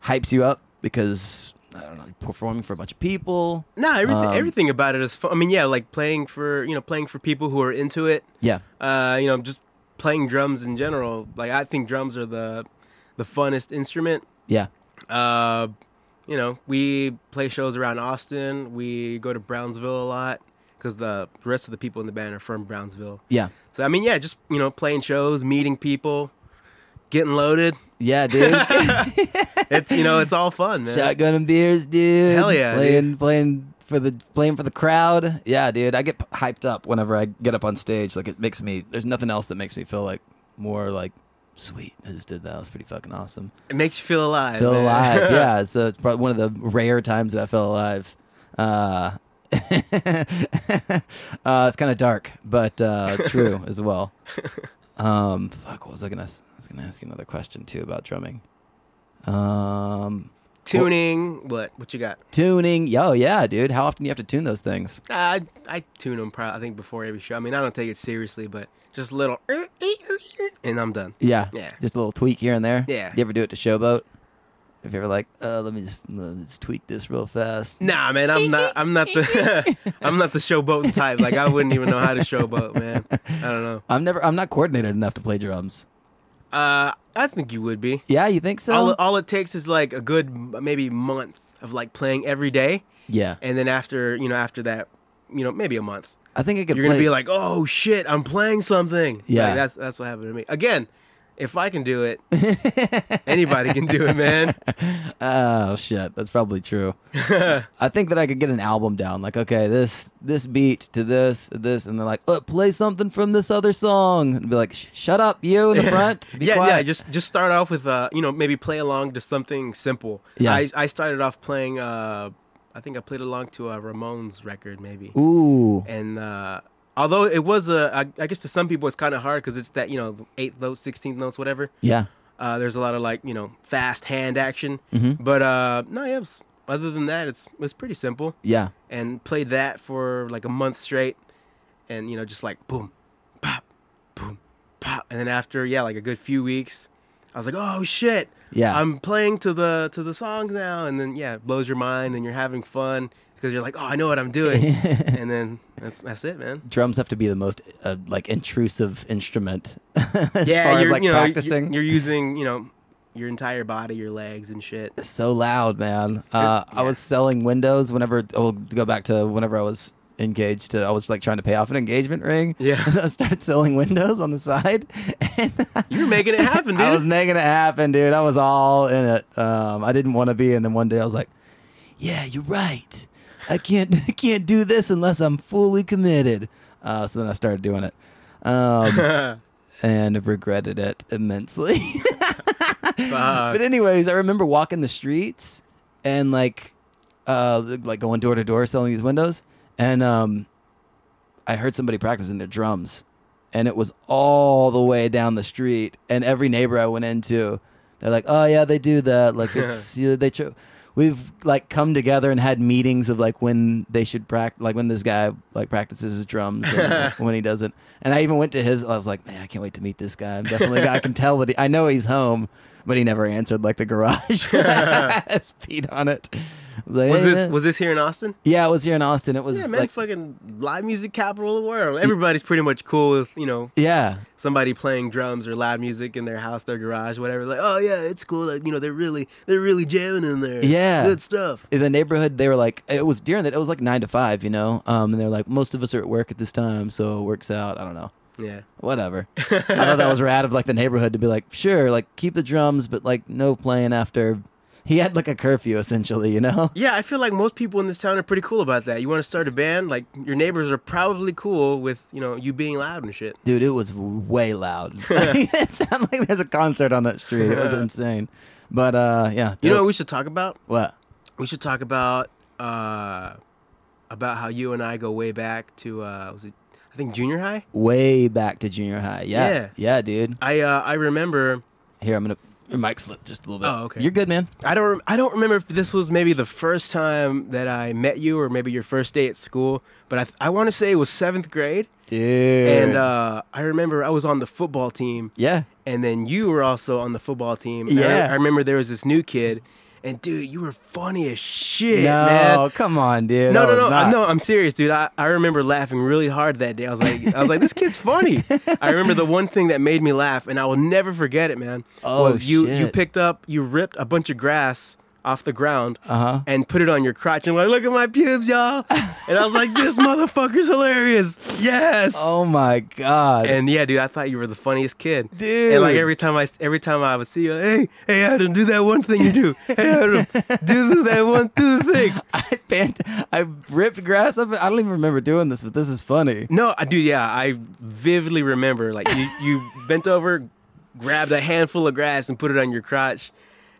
hypes you up because I don't know you're performing for a bunch of people? Nah, everything, Um, everything about it is fun. I mean, yeah, like playing for you know playing for people who are into it. Yeah, Uh, you know, just playing drums in general. Like I think drums are the the funnest instrument. yeah, Uh, you know, we play shows around Austin. We go to Brownsville a lot because the rest of the people in the band are from Brownsville. yeah, So I mean, yeah, just you know, playing shows, meeting people, getting loaded. yeah, dude. It's you know, it's all (laughs) fun, man. Shotgun and beers, dude. Hell yeah, playing playing for the playing for the crowd. Yeah, dude. I get p- hyped up whenever I get up on stage. Like it makes me. There's nothing else that makes me feel like more like sweet. I just did that. It was pretty fucking awesome. It makes you feel alive. Feel man. alive. (laughs) yeah. So it's probably one of the rare times that I felt alive. Uh, (laughs) uh, it's kind of dark, but uh, (laughs) true as well. Um, fuck, what was I gonna? s- I was gonna ask you another question too about drumming. Um, Tuning. What? What you got? Tuning. Yo, yeah, dude. How often do you have to tune those things? Uh, I I tune them. Probably, I think before every show. I mean, I don't take it seriously, but just a little, and I'm done. Yeah. Yeah. Just a little tweak here and there. Yeah. You ever do it to Showboat? Have you ever like, uh, let me just let me just tweak this real fast? Nah, man, I'm not. I'm not the. (laughs) I'm not the showboating type. Like I wouldn't even know how to showboat, man. I don't know. I'm never. I'm not coordinated enough to play drums. Uh, I think you would be. Yeah, you think so? All all it takes is like a good m- maybe month of like playing every day, yeah. and then after you know after that, you know maybe a month, I think I could. you're gonna play- be like, oh shit, I'm playing something. Like, Yeah. that's that's what happened to me. Again, if I can do it, anybody can do it, man. (laughs) Oh shit, that's probably (laughs) true. I think that I could get an album down. Like, okay, this this beat to this this, and they're like, oh, play something from this other song, and be like, "Sh- shut up, you in the front. (laughs) Be yeah, yeah. quiet." Just just start off with uh, you know, maybe play along to something simple. Yeah. I, I started off playing uh, I think I played along to a Ramones record maybe, Ooh, and uh, although it was a, I, I guess to some people it's kind of hard because it's that you know eighth notes, sixteenth notes, whatever. yeah. Uh, there's a lot of like you know fast hand action, Mm-hmm. but uh, no, yeah. It was, other than that, it's it's pretty simple. Yeah. and played that for like a month straight and you know just like boom pop boom pop and then after yeah like a good few weeks i was like oh shit Yeah. i'm playing to the to the songs now and then yeah it blows your mind and you're having fun because you're like oh i know what (laughs) i'm doing and then that's that's it man Drums have to be the most uh, like intrusive instrument (laughs) as yeah far as you're like you know you're- practicing. You're, using you know your entire body your legs and shit so loud, man. Uh, I was selling windows whenever. I'll go back to whenever I was engaged to. I was like trying to pay off an engagement ring. Yeah. (laughs) so I started selling windows on the side, (laughs) and you're making it happen (laughs) dude I was making it happen, dude. I was all in it. Um, I didn't want to be, and then one day I was like, "Yeah, you're right. I can't, (laughs) I can't do this unless I'm fully committed." Uh, so then I started doing it. Um, (laughs) and regretted it immensely. (laughs) Fuck. but anyways, I remember walking the streets and like uh like going door to door selling these windows and um I heard somebody practicing their drums and it was all the way down the street and every neighbor I went into they're like, "Oh yeah, they do that." (laughs) Like it's you know, they cho- we've like come together and had meetings of like when they should practice like when this guy like practices his drums and like, when (laughs) he doesn't. And I even went to his I was like, "Man, I can't wait to meet this guy. I'm definitely I can tell that he, I (laughs) (laughs) know he's home, but he never answered like the garage. It's Pete on it. Like, Was eh. this was this here in Austin? Yeah, it was here in Austin. It was Yeah, man, like, fucking live music capital of the world. Everybody's pretty much cool with you know yeah, somebody playing drums or loud music in their house, their garage, whatever. Like, oh yeah, it's cool. Like, you know, they're really they're really jamming in there. Yeah. good stuff. in the neighborhood they were like it was during that it was like nine to five you know um and they're like most of us are at work at this time so it works out i don't know Yeah, (laughs) whatever i thought that was rad of like the neighborhood to be like sure like keep the drums but like no playing after he had like a curfew essentially you know (laughs) yeah. I feel like most people in this town are pretty cool about that. You want to start a band, like your neighbors are probably cool with you know you being loud and shit. dude it was way (laughs) loud (laughs) it sounded like there's a concert on that street it was insane but uh yeah You know dope. what we should talk about? what We should talk about uh about how you and I go way back to uh was it I think junior high. way back to junior high yeah Yeah. yeah, dude I uh, I remember. here i'm gonna your mic slipped just a little bit Oh, okay. you're good man I don't. rem- I don't remember if this was maybe the first time that I met you, or maybe your first day at school. But I, th- I want to say it was seventh grade, dude and uh, I remember I was on the football team, yeah and then you were also on the football team. And I- Yeah. I, remember there was this new kid, and dude, you were funny as shit, no, man. come on, dude. No, That was no, no, not- I- no. I'm serious, dude. I, I remember laughing really hard that day. I was like, I was like, this (laughs) kid's funny. I remember the one thing that made me laugh, and I will never forget it, man. Oh, was you you shit. picked up, you ripped a bunch of grass off the ground Uh-huh. and put it on your crotch and like, look at my pubes, y'all. And I was like, (laughs) this motherfucker's hilarious. Yes. Oh my god. And yeah, dude, I thought you were the funniest kid, Dude. And like every time I, every time I would see you, hey, hey, Adam, do that one thing you do. Hey, Adam, do that one, do the thing. (laughs) I bent, I ripped grass up. I don't even remember doing this, but this is funny. No, I do. Yeah, I vividly remember. Like you, you bent over, grabbed a handful of grass and put it on your crotch,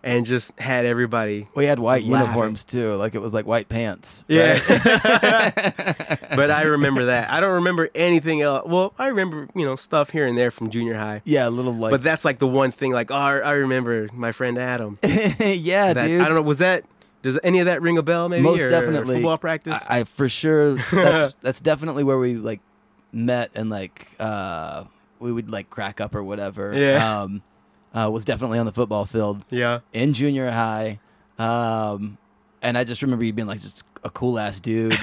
and just had everybody. We had white Laughing. uniforms too, like it was like white pants. Yeah. (laughs) (laughs) but I remember that. I don't remember anything else. Well, I remember you know stuff here and there from junior high. Yeah, a little like. But that's like the one thing. Like, oh, I I remember my friend Adam. (laughs) yeah, That, I dude. don't know. Was that? Does any of that ring a bell? Maybe Most or definitely. Football practice. I, I for sure. (laughs) That's that's definitely where we like met and like uh we would like crack up or whatever. Yeah. Um, uh, was definitely on the football field. yeah. in junior high. Um, and I just remember you being like just a cool ass (laughs) dude.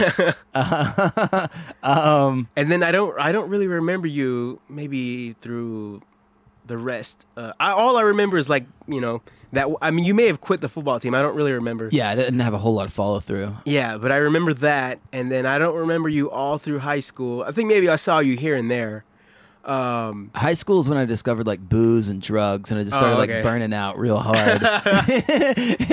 um, And then I don't I don't really remember you maybe through the rest. Uh, I, all I remember is like you know that I mean you may have quit the football team. I don't really remember. yeah, I didn't have a whole lot of follow through. Yeah, but I remember that, and then I don't remember you all through high school. I think maybe I saw you here and there. Um, High school is when I discovered like booze and drugs, and I just Oh, started okay. like burning out real (laughs) hard.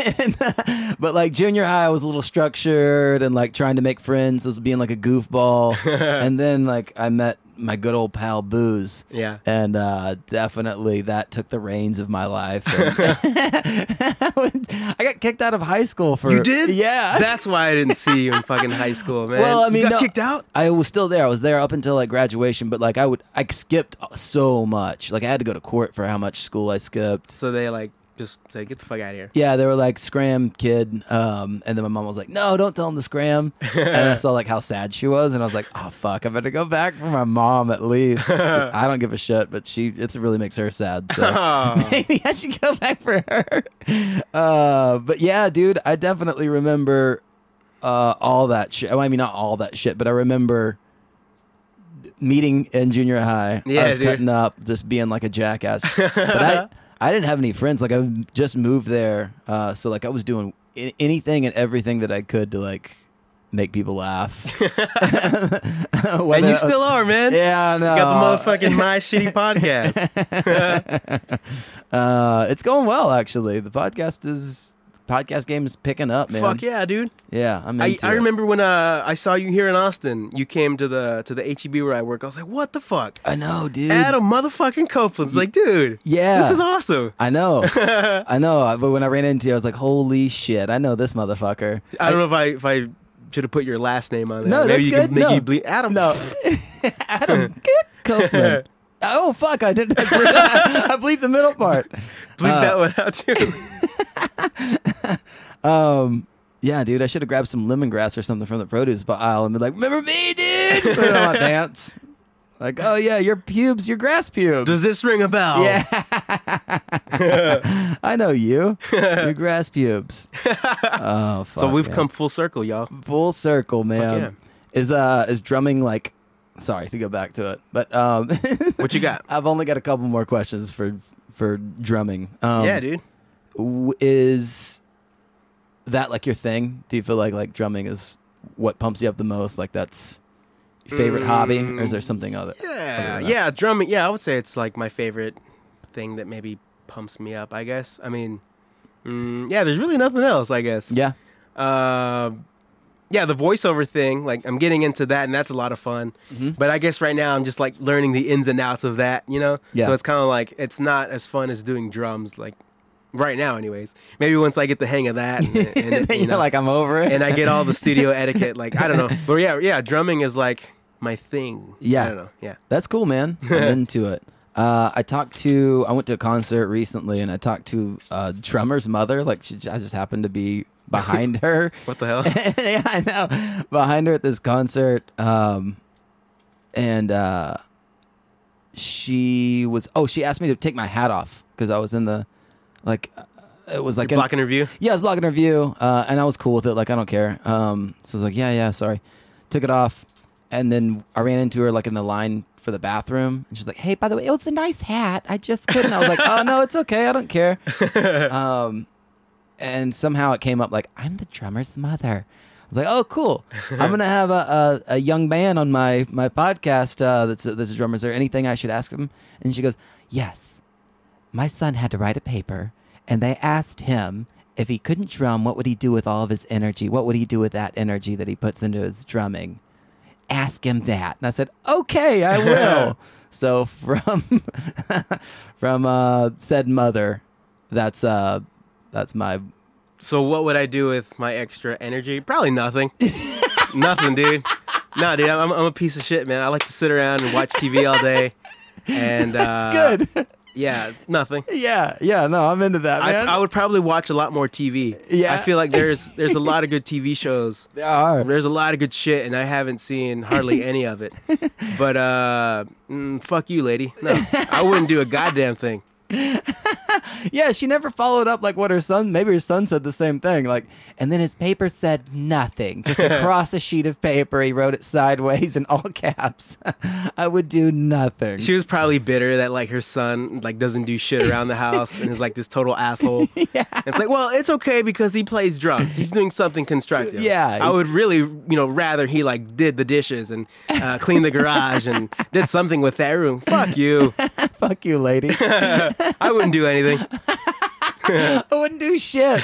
(laughs) And, uh, but like junior high, I was a little structured and like trying to make friends, was being like a (laughs) goofball. and then like I met my good old pal Booze. yeah, and uh, definitely that took the reins of my life. And- (laughs) (laughs) I would- I got kicked out of high school for you did. yeah. (laughs) that's why I didn't see you in fucking high school, man. well, I mean, you got no, kicked out. I was still there. I was there up until like graduation, but like I would, I skipped so much. Like I had to go to court for how much school I skipped. So they like just said, "Get the fuck out of here." Yeah, they were like scram kid, um, and then my mom was like, "No, don't tell him to (laughs) scram." and I saw like how sad she was, and I was like, "Oh fuck, I better go back for my mom at (laughs) least." I don't give a shit, but she it really makes her sad. (laughs) So. (laughs) Oh. maybe I should go back for her. Uh, but yeah, dude, I definitely remember uh, all that shit. Well, I mean, not all that shit, but I remember meeting in junior high. Yeah, I was dude. cutting up, just being like a (laughs) jackass. but I, I didn't have any friends. Like I just moved there, uh, so like I was doing a- anything and everything that I could to like make people laugh. (laughs) (laughs) and you still are, man. yeah, no, You got the (laughs) motherfucking my shitty podcast. Uh, it's going well actually. The podcast is podcast game is picking up, man. Fuck yeah, dude. Yeah, I'm I, into I it. remember when uh, I saw you here in Austin. You came to the to the HEB where I work. I was like, "What the fuck?" I know, dude. Adam motherfucking Copeland's like, "Dude, Yeah. this is awesome." I (laughs) know, I know. But when I ran into you, I was like, "Holy shit! I know this motherfucker." I don't know if I if I should have put your last name on there. No, Maybe that's you good. can make No. you bleed. (laughs) Adam. No, Adam Copeland. Oh fuck! I didn't. I bleeped, I bleeped the (laughs) middle part. (laughs) bleep Uh, that one out (laughs) too. Um, yeah, dude, I should have grabbed some lemongrass or something from the produce aisle and been like, "Remember me, (laughs) dude?" Put it on my pants. Like, oh yeah, your pubes, your grass pubes. Does this ring a bell? yeah. (laughs) I know you. Your (laughs) grass pubes. Oh, fuck, So we've man. come full circle, y'all. full circle, man. Is uh is drumming like? Sorry to go back to it, but um, (laughs) What you got? I've only got a couple more questions for for drumming. Um, yeah, dude. w- is that like your thing? Do you feel like like drumming is what pumps you up the most? Like that's your favorite hobby, or is there something other? Mm, Yeah, than that. yeah, drumming. Yeah, I would say it's like my favorite thing that maybe pumps me up. I guess. I mean, mm, yeah, there's really nothing else. I guess. Yeah, Uh, yeah, the voiceover thing. Like, I'm getting into that, and that's a lot of fun. Mm-hmm. But I guess right now I'm just like learning the ins and outs of that. You know. Yeah. So it's kind of like it's not as fun as doing drums. Like. Right now, anyways. Maybe once I get the hang of that, and, and, and then (laughs) you you're know, like, I'm over it. and I get all the (laughs) studio etiquette. Like I don't know, but yeah, yeah, drumming is like my thing. Yeah. I don't know. Yeah, That's cool, man. I'm into it. Uh, I talked to I went to a concert recently, and I talked to uh, drummer's mother. Like she, I just happened to be behind her. (laughs) what the hell? yeah, I know. Behind her at this concert, um, and uh, she was. Oh, she asked me to take my hat off because I was in the, like, uh, it was like an- Block interview. yeah, I was blocking her view, uh, and I was cool with it. Like, I don't care. Um, so I was like, yeah, yeah, sorry. Took it off, and then I ran into her like in the line for the bathroom, and she's like, hey, by the way, it was a nice hat. I just couldn't. I was like, oh no, it's okay. I don't care. Um, and somehow it came up like, I'm the drummer's mother. I was like, oh, cool. I'm gonna have a, a, a young man on my my podcast. Uh, that's a, that's a drummer. Is there anything I should ask him? And she goes, yes my son had to write a paper and they asked him if he couldn't drum what would he do with all of his energy what would he do with that energy that he puts into his drumming ask him that and i said okay (laughs) i will so from (laughs) from uh said mother that's uh that's my So what would I do with my extra energy? (laughs) Probably nothing. nothing, dude. No, dude. I'm, I'm a piece of shit, man. I like to sit around and watch TV all day. (laughs) And uh, it's good Yeah, nothing. yeah yeah no i'm into that I, man I would probably watch a lot more TV. Yeah. I feel (laughs) like there's there's a lot of good TV shows. There are. There's a lot of good shit, and I haven't seen hardly any of it. But uh, mm, fuck you, lady. No, I wouldn't do a goddamn thing. Yeah, she never followed up like what her son. Maybe her son said the same thing. Like, and then his paper said nothing. (laughs) Just across a sheet of paper, he wrote it sideways in all caps. (laughs) I would do nothing. She was probably bitter that like her son like doesn't do shit around the house and is like this total asshole. And it's like, well, it's okay because he plays drums. He's doing something constructive. Yeah. I would really, you know, rather he like did the dishes and uh, cleaned the garage and did something with that room. Fuck you. Fuck you, (laughs) lady. I wouldn't do anything. I wouldn't do shit.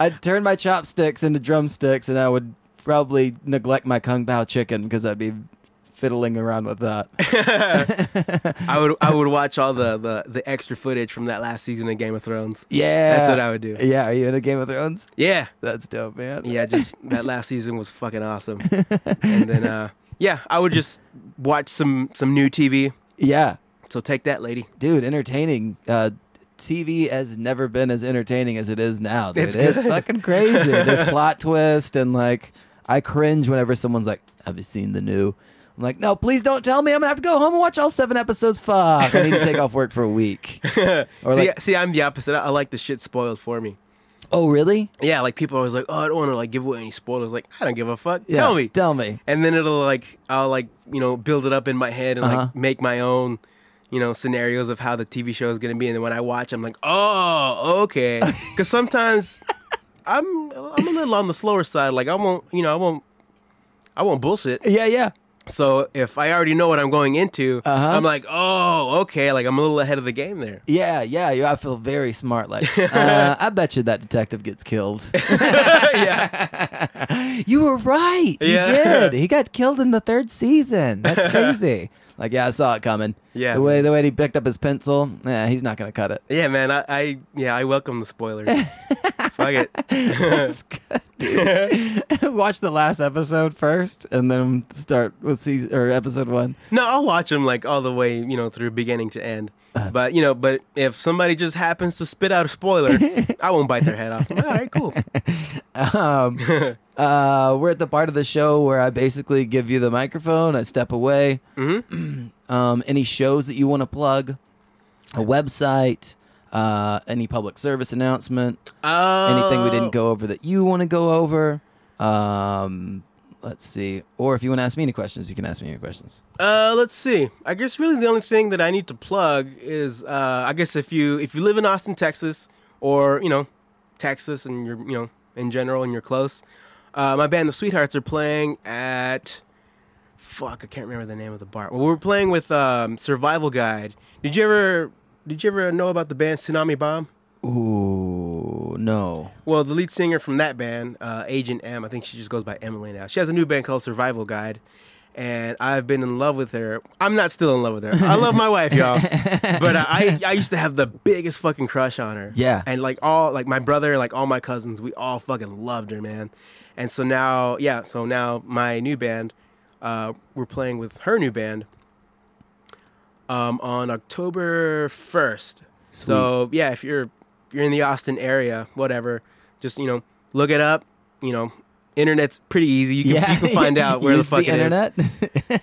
I'd turn my chopsticks into drumsticks, and I would probably neglect my kung pao chicken because I'd be fiddling around with (laughs) that. I would I would watch all the the, the extra footage from that last season of Game of Thrones. Yeah, That's what I would do. Yeah, are you into Game of Thrones? Yeah. That's dope, man. Yeah, just that last season was fucking awesome. And then uh yeah, I would just watch some some new TV. yeah. So take that, lady. dude, entertaining. Uh, TV has never been as entertaining as it is now. Dude. It's, It's fucking crazy. There's plot twist and like I cringe whenever someone's like, "Have you seen the new?" I'm like, "No, please don't tell me. I'm gonna have to go home and watch all seven episodes. Fuck, I need to take off work for a week." Or see, like, see, I'm the opposite. I, I like the shit spoiled for me. "Oh, really? Yeah, like people are always like, oh, I don't want to like give away any spoilers. Like, I don't give a fuck. Yeah, tell me. tell me." and then it'll like, I'll like, you know, build it up in my head and Uh-huh. like make my own, you know, scenarios of how the TV show is gonna be. And then when I watch, I'm like, oh, (laughs) okay. Because sometimes I'm I'm a little on the slower side. Like I won't, you know, I won't. I won't bullshit. Yeah, yeah. So if I already know what I'm going into, Uh-huh. I'm like, oh, okay. Like I'm a little ahead of the game (laughs) there. (laughs) Yeah, yeah, yeah, I feel very smart. Like, uh, I bet you that detective gets killed. yeah. You were right. He Yeah. did. He got killed in the third season. (laughs) That's crazy. like, yeah, I saw it coming. Yeah, The way the way he picked up his pencil, yeah, he's not gonna cut (laughs) it. Yeah, man. I, I yeah, I welcome the spoilers. (laughs) Fuck it. That's good, dude. (laughs) Watch the last episode first, and then start with season or episode one. No, I'll watch them like all the way, you know, through beginning to end. but you know, but if somebody just happens to spit out a (laughs) spoiler, I won't bite their head off. I'm like, all right, cool. (laughs) Um, uh, we're at the part of the show where I basically give you the microphone. I step Mm-hmm. (clears throat) away. um, any shows that you want to plug, a website, Uh, any public service announcement? Uh, anything we didn't go over that you want to go over. Um, let's see. Or if you want to ask me any questions, you can ask me any questions. Uh, let's see. I guess really the only thing that I need to plug is uh, I guess if you if you live in Austin, Texas, or you know, Texas, and you're you know in general and you're close, uh, my band the Sweethearts are playing at. Fuck, I can't remember the name of the bar. Well, we were playing with um, Survival Guide. Did you ever did you ever know about the band Tsunami Bomb? Ooh, no. Well, the lead singer from that band, uh, Agent M, I think she just goes by Emily now. She has a new band called Survival Guide, and I've been in love with her. I'm not still in love with her. I love my wife, y'all, but uh, I I used to have the biggest fucking crush on her. Yeah. and like all like my brother, like all my cousins, we all fucking loved her, man. And so now, yeah, so now my new band, uh, we're playing with her new band. Um, on October first. So yeah, if you're if you're in the Austin area, whatever, just you know, look it up. You know, internet's pretty easy. You can, you (laughs) can find out where the Use fuck it is. internet.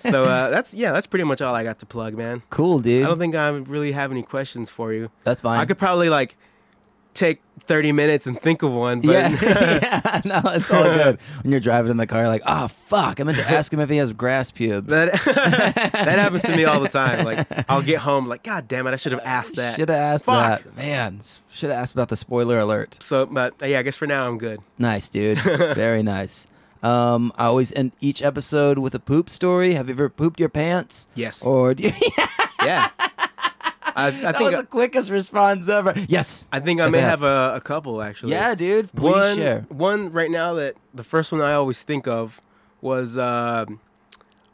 (laughs) So uh, that's yeah, that's pretty much all I got to plug, man. cool, I don't dude. think I really have any questions for you. That's fine. I could probably like take thirty minutes and think of one, but yeah, (laughs) yeah, no, it's all good. When you're driving in the car, you're like, ah, fuck, I meant to ask him if he has grass pubes. (laughs) that (laughs) that happens to me all the (laughs) time. Like I'll get home, like God damn it, I should have asked that. Should have asked Fuck. that, man. Should have asked about the spoiler alert. So, but yeah, I guess for now I'm good. Nice, (laughs) dude. Very nice. Um, I always end each episode with a poop story. Have you ever pooped your pants? Yes. Or (laughs) do you, Yeah. I, (laughs) I that think was the quickest response ever. Yes. I think I Yes, may I have have. a, a couple actually. Yeah, dude. Please one, share. One right now that the first one I always think of was um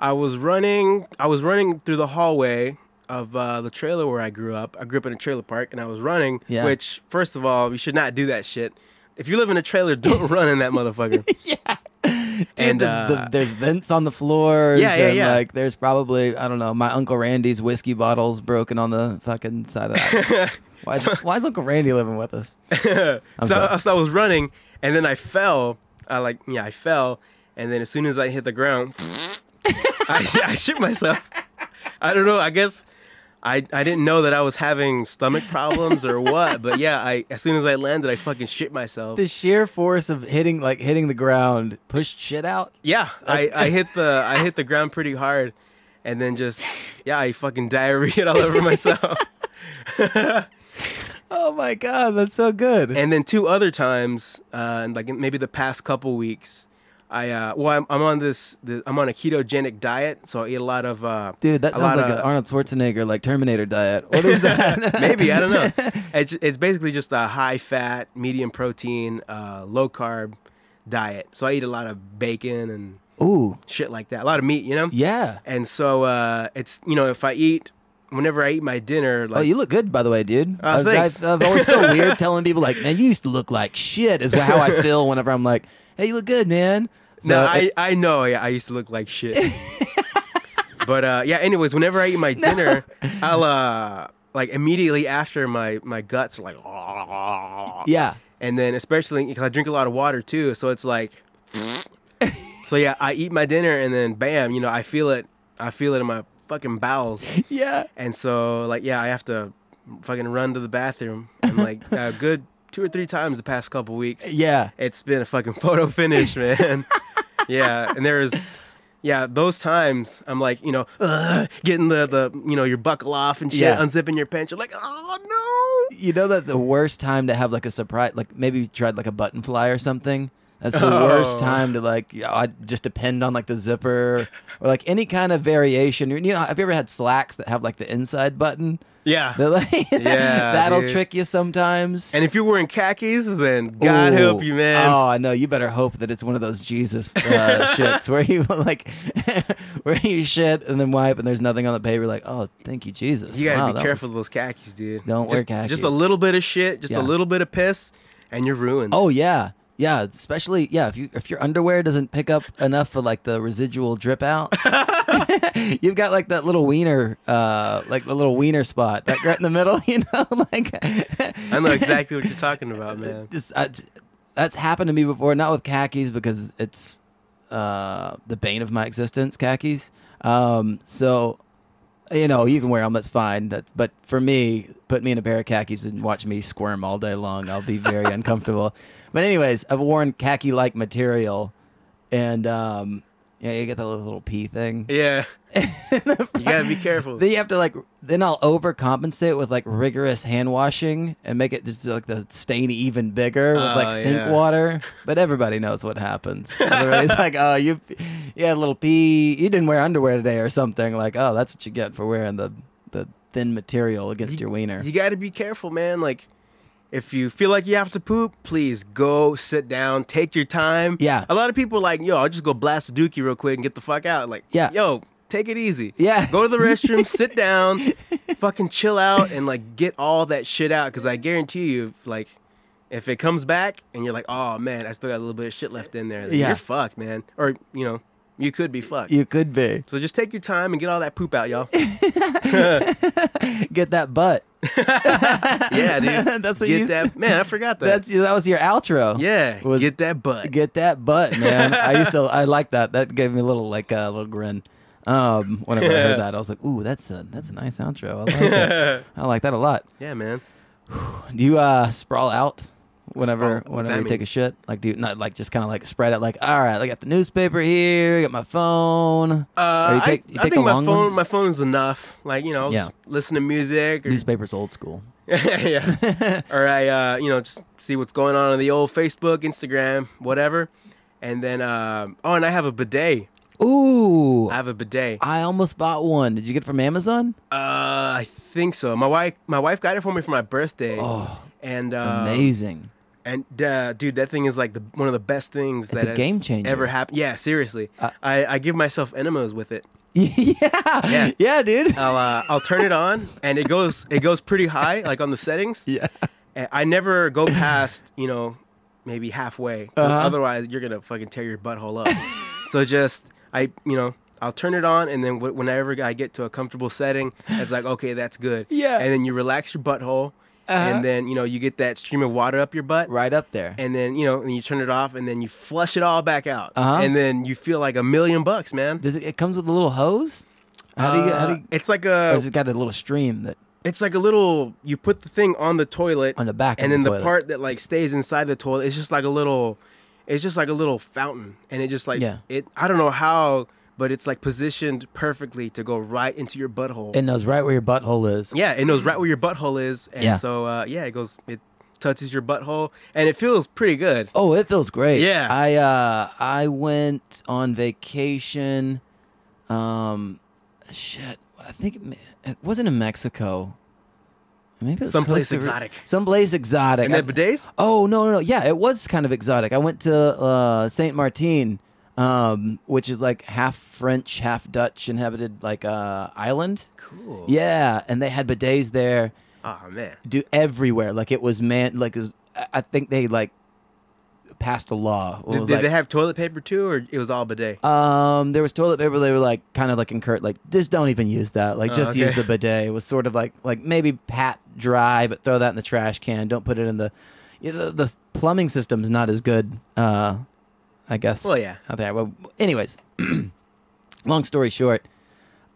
I was running I was running through the hallway of uh, the trailer where I grew up. I grew up in a trailer park and I was running, Yeah. which first of all, you should not do that shit. If you live in a trailer, don't (laughs) run in (laughs) that motherfucker. Dude, and, the- uh, the, there's vents on the floors. Yeah, yeah, and, yeah. Like there's probably I don't know. My uncle Randy's whiskey bottles broken on the fucking side of that. (laughs) Why, why is Uncle Randy living with us? so, sorry. so I was running and then I fell. I like yeah, I fell and then as soon as I hit the ground, (laughs) I, sh- I shit myself. I don't know. I guess I I didn't know that I was having stomach problems or what, but yeah, I as soon as I landed, I fucking shit myself. The sheer force of hitting like hitting the ground pushed shit out. Yeah, I, I hit the I hit the ground pretty hard, and then just yeah, I fucking diarrhea all over myself. Oh my god, that's so good. and then two other times, uh, and like in maybe the past couple weeks, I uh, well, I'm, I'm on this, the I'm on a ketogenic diet, so I eat a lot of uh, Dude, that a sounds lot like an of- Arnold Schwarzenegger like Terminator diet. What is that? (laughs) maybe I don't know. It's it's basically just a high fat, medium protein, uh, low carb diet. So I eat a lot of bacon and (laughs) Ooh, shit like that, a lot of meat, you know. yeah. And so uh, it's you know if I eat, whenever I eat my dinner, Oh, like you look good, by the way, dude. Oh, I've, thanks. I've, I've always felt (laughs) weird telling people like, "Man, you used to look like shit." Is how I feel whenever I'm like, "Hey, you look good, man." So no, it- I, I know yeah, I used to look like shit. but uh, yeah, anyways, whenever I eat my dinner, I'll uh, like immediately after my my guts are like, yeah, and then especially because I drink a lot of water too, so it's like, so yeah, I eat my dinner and then bam, you know, I feel it, I feel it in my fucking bowels, yeah. and so like yeah, I have to fucking run to the bathroom and like a good two or three times the past couple weeks Yeah. it's been a fucking (laughs) photo finish, man. yeah, and there's yeah those times I'm like you know ugh, getting the the you know your buckle off and shit, Yeah. unzipping your pants. You're like, oh no. You know that the worst time to have like a surprise, like maybe you tried like a button fly or something. That's the Oh. worst time to like. You know, I just depend on like the zipper or like any kind of variation. You know, have you ever had slacks that have like the inside button? Yeah. They're like, (laughs) Yeah, that'll dude. trick you sometimes. and if you're wearing khakis, then God Ooh. help you, man. Oh, I know. You better hope that it's one of those Jesus (laughs) uh, shits where you (laughs) like where you shit and then wipe and there's nothing on the paper. Like, oh, thank you, Jesus. you gotta Wow, be that careful of was- those khakis, dude. Don't wear just, Just a khakis. little bit of shit, just Yeah. a little bit of piss, and you're ruined. Oh yeah, yeah. Especially yeah. If you if your underwear doesn't pick up enough for like the residual drip (laughs) outs, (laughs) you've got like that little wiener, uh, like the little wiener spot, like right in the middle. (laughs) You know, like I know exactly what you're talking (laughs) about, man. This, I, uh, t- that's happened to me before, not with khakis because it's uh, the bane of my existence, khakis. Um, so you know, you can wear them. That's fine. That, but for me, put me in a pair of khakis and watch me squirm all day long. I'll be very (laughs) uncomfortable. But anyways, I've worn khaki-like material, and um, yeah, you get that little, little pee thing. Yeah. you gotta be careful. Then you have to like, then I'll overcompensate with like rigorous hand washing and make it just like the stain even bigger with Oh, like sink yeah. water. But everybody knows what happens. (laughs) Everybody's like, oh, you, you had a little pee. You didn't wear underwear today or something. Like, oh, that's what you get for wearing the, the thin material against your wiener. you gotta be careful, man. Like, if you feel like you have to poop, please go sit down, take your time. Yeah. A lot of people like, yo, I'll just go blast a dookie real quick and get the fuck out. Like, Yeah. yo, take it easy. Yeah. Go to (laughs) the restroom, sit down, fucking chill out, and like get all that shit out. Cause I guarantee you, like, if it comes back and you're like, oh man, I still got a little bit of shit left in there, then Yeah. you're fucked, man. Or, you know, you could be fucked. You could be. so just take your time and get all that poop (laughs) out, y'all. Get that butt. Yeah, (laughs) dude. That's what get you- that. Man, I forgot that. That's, that was your outro. Yeah, Was- get that butt. Get that butt, man. I used to, I like that. That gave me a little, like a little grin. Um, whenever I heard that, I was like, "Ooh, that's a that's a nice outro. I like (laughs) that. I like that a lot." yeah, man. Do you uh sprawl out whenever Sprawl? What whenever that you mean? take a shit? Like, do you not like just kind of like spread out? Like, all right, I got the newspaper here. I got my phone. Or Uh, Oh, you take- I, you take I think the my long phone ones? my phone is enough. Like you know, I'll just listen to music or Newspaper's old school. (laughs) (laughs) yeah, or I uh, you know just see what's going on on the old Facebook, Instagram, whatever. And then um, oh, and I have a bidet. Ooh, I I, have a bidet. Uh, almost bought one. Did you get it from Amazon? I think so. My wife my wife got it for me for my birthday. Oh, and uh, Amazing. (laughs) And uh, dude, that thing is like the, one of the best things It's that a has game changer. Uh, ever happened. Yeah, seriously. I, I give myself enemas with it. yeah. yeah, dude. I'll uh, I'll turn it on and it goes it goes pretty high like on the settings. (laughs) yeah. And I never go past you know maybe halfway. 'cause Uh-huh. Otherwise, you're gonna fucking tear your butthole up. so just I you know I'll turn it on and then wh- whenever I get to a comfortable setting, it's like okay that's good. Yeah. And then you relax your butthole Uh-huh. and then you know you get that stream of water up your butt. Right up there. And then you know, and you turn it off, and then you flush it all back out, Uh-huh. and then you feel like a million bucks, man. Does it? It comes with a little hose. How do you? How do Uh, you it's like or a has it got a little stream that It's like a little. You put the thing on the toilet, on the back? and of then the, the, toilet? part that like stays inside the toilet. It's just like a little. It's just like a little fountain, and it just like Yeah. it. I don't know how, but it's like positioned perfectly to go right into your butthole. It knows right where your butthole is. yeah, it knows right where your butthole is, and Yeah. so uh, yeah, it goes. It touches your butthole, and it feels pretty good. Oh, it feels great. Yeah. I uh I went on vacation. Um, shit. I think it, ma- it wasn't in Mexico. Maybe it was Someplace Costa Ri- exotic. Someplace exotic. And I- then bidets. Oh no, no, no. Yeah, it was kind of exotic. I went to uh, Saint Martin, um, which is like half French, half Dutch inhabited like uh, island. Cool. Yeah, and they had bidets there, Oh man. do everywhere. Like it was man, like it was. I- I think they like passed a law. It Did, was did like- they have toilet paper too, or it was all bidet? um, there was toilet paper. They were like kind of like incur like just don't even use that. Like Oh, just use okay. the bidet. It was sort of like like maybe pat dry, but throw that in the trash can. Don't put it in the. You know, the plumbing system's not as good. Uh, I guess. Well, Oh, yeah. Out there. Well, anyways, (clears throat) long story short,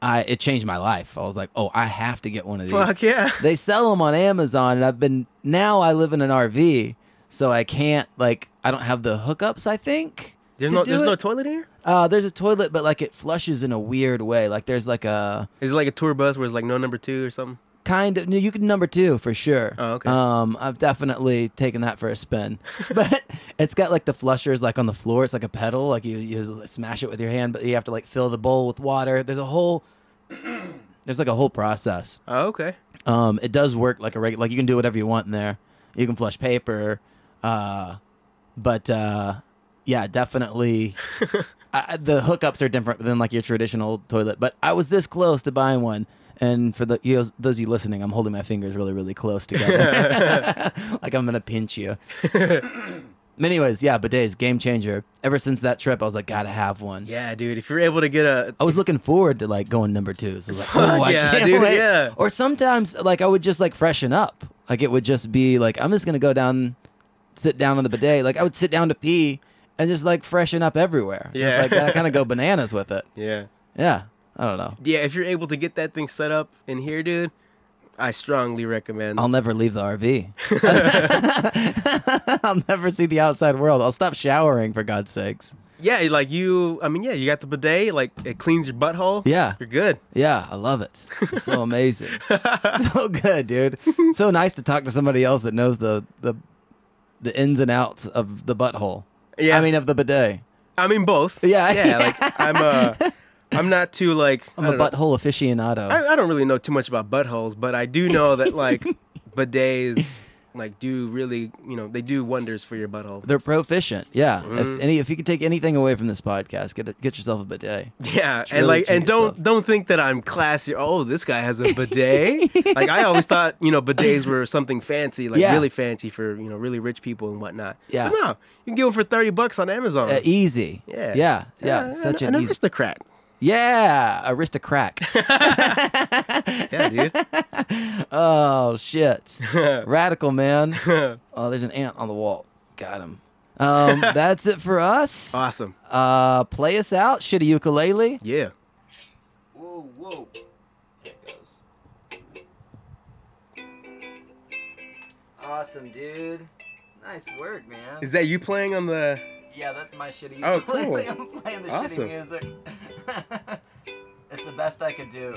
I it changed my life. I was like, oh, I have to get one of these (laughs) Fuck yeah. they sell them on Amazon, and I've been now I live in an RV, so I can't like I don't have the hookups. I think There's to no do there's no it. toilet in here. uh, there's a toilet, but like it flushes in a weird way. Like there's like a Is it like a tour bus where it's like no number two or something? kind of no, you could number two for sure. Oh, okay. Um, I've definitely taken that for a (laughs) spin, but it's got like the flushers like on the floor. It's like a pedal, like you you smash it with your hand, but you have to like fill the bowl with water. There's a whole (clears throat) there's like a whole process. Oh, okay. Um, it does work like a regular. Like you can do whatever you want in there. You can flush paper, uh, but uh, yeah, definitely. I, I- the hookups are different than like your traditional toilet. But I was this close to buying one. And for the you know, those of you listening, I'm holding my fingers really, really close together, (laughs) like I'm gonna pinch you. (clears throat) Anyways, yeah, bidets, game changer. Ever since that trip, I was like, gotta have one. Yeah, dude. If you're able to get a I was looking forward to like going number two. So I was like, Fuck oh, I yeah, can't dude, wait. yeah. Or sometimes like I would just like freshen up. Like it would just be like I'm just gonna go down, sit down on the bidet. Like I would sit down to pee and just like freshen up everywhere. Just, Yeah. (laughs) like I kind of go bananas with it. yeah, Yeah. I don't know. Yeah, if you're able to get that thing set up in here, dude, I strongly recommend. I'll never leave the (laughs) RV. (laughs) I'll never see the outside world. I'll stop showering for God's sakes. yeah, like you. I mean, yeah, you got the bidet. Like it cleans your butthole. Yeah. you're good. Yeah, I love it. It's so amazing. so good, dude. So nice to talk to somebody else that knows the the the ins and outs of the butthole. Yeah. I mean of the bidet. I mean, (laughs) both. Yeah. yeah. Like (laughs) I'm a, I'm not too like I'm I a don't know. butthole aficionado. I, I don't really know too much about buttholes, but I do know (laughs) that like bidets like do really you know they do wonders for your butthole. They're proficient. Yeah. Mm. If any if you can take anything away from this podcast, get a, get yourself a bidet. Yeah, really and like and treat don't yourself. don't think that I'm classy. Oh, this guy has a (laughs) bidet. like I always thought you know bidets were something fancy, like Yeah. really fancy for you know really rich people and whatnot. Yeah. but no, you can get one for thirty bucks on Amazon. Uh, easy. yeah, Yeah. Yeah. Such an, an, an easy. aristocrat. Yeah. (laughs) Aristocrat. Yeah, dude. (laughs) Oh shit! (laughs) Radical man. Oh, there's an ant on the wall. Got him. Um, that's it for (laughs) us. awesome. Uh, play us out, shitty ukulele. Yeah. Whoa, whoa. There it goes. Awesome, dude. Nice work, man. Is that you playing on the? Yeah, that's my shitty (laughs) Oh, cool. I'm playing the Awesome. music. (laughs) it's the best I could do.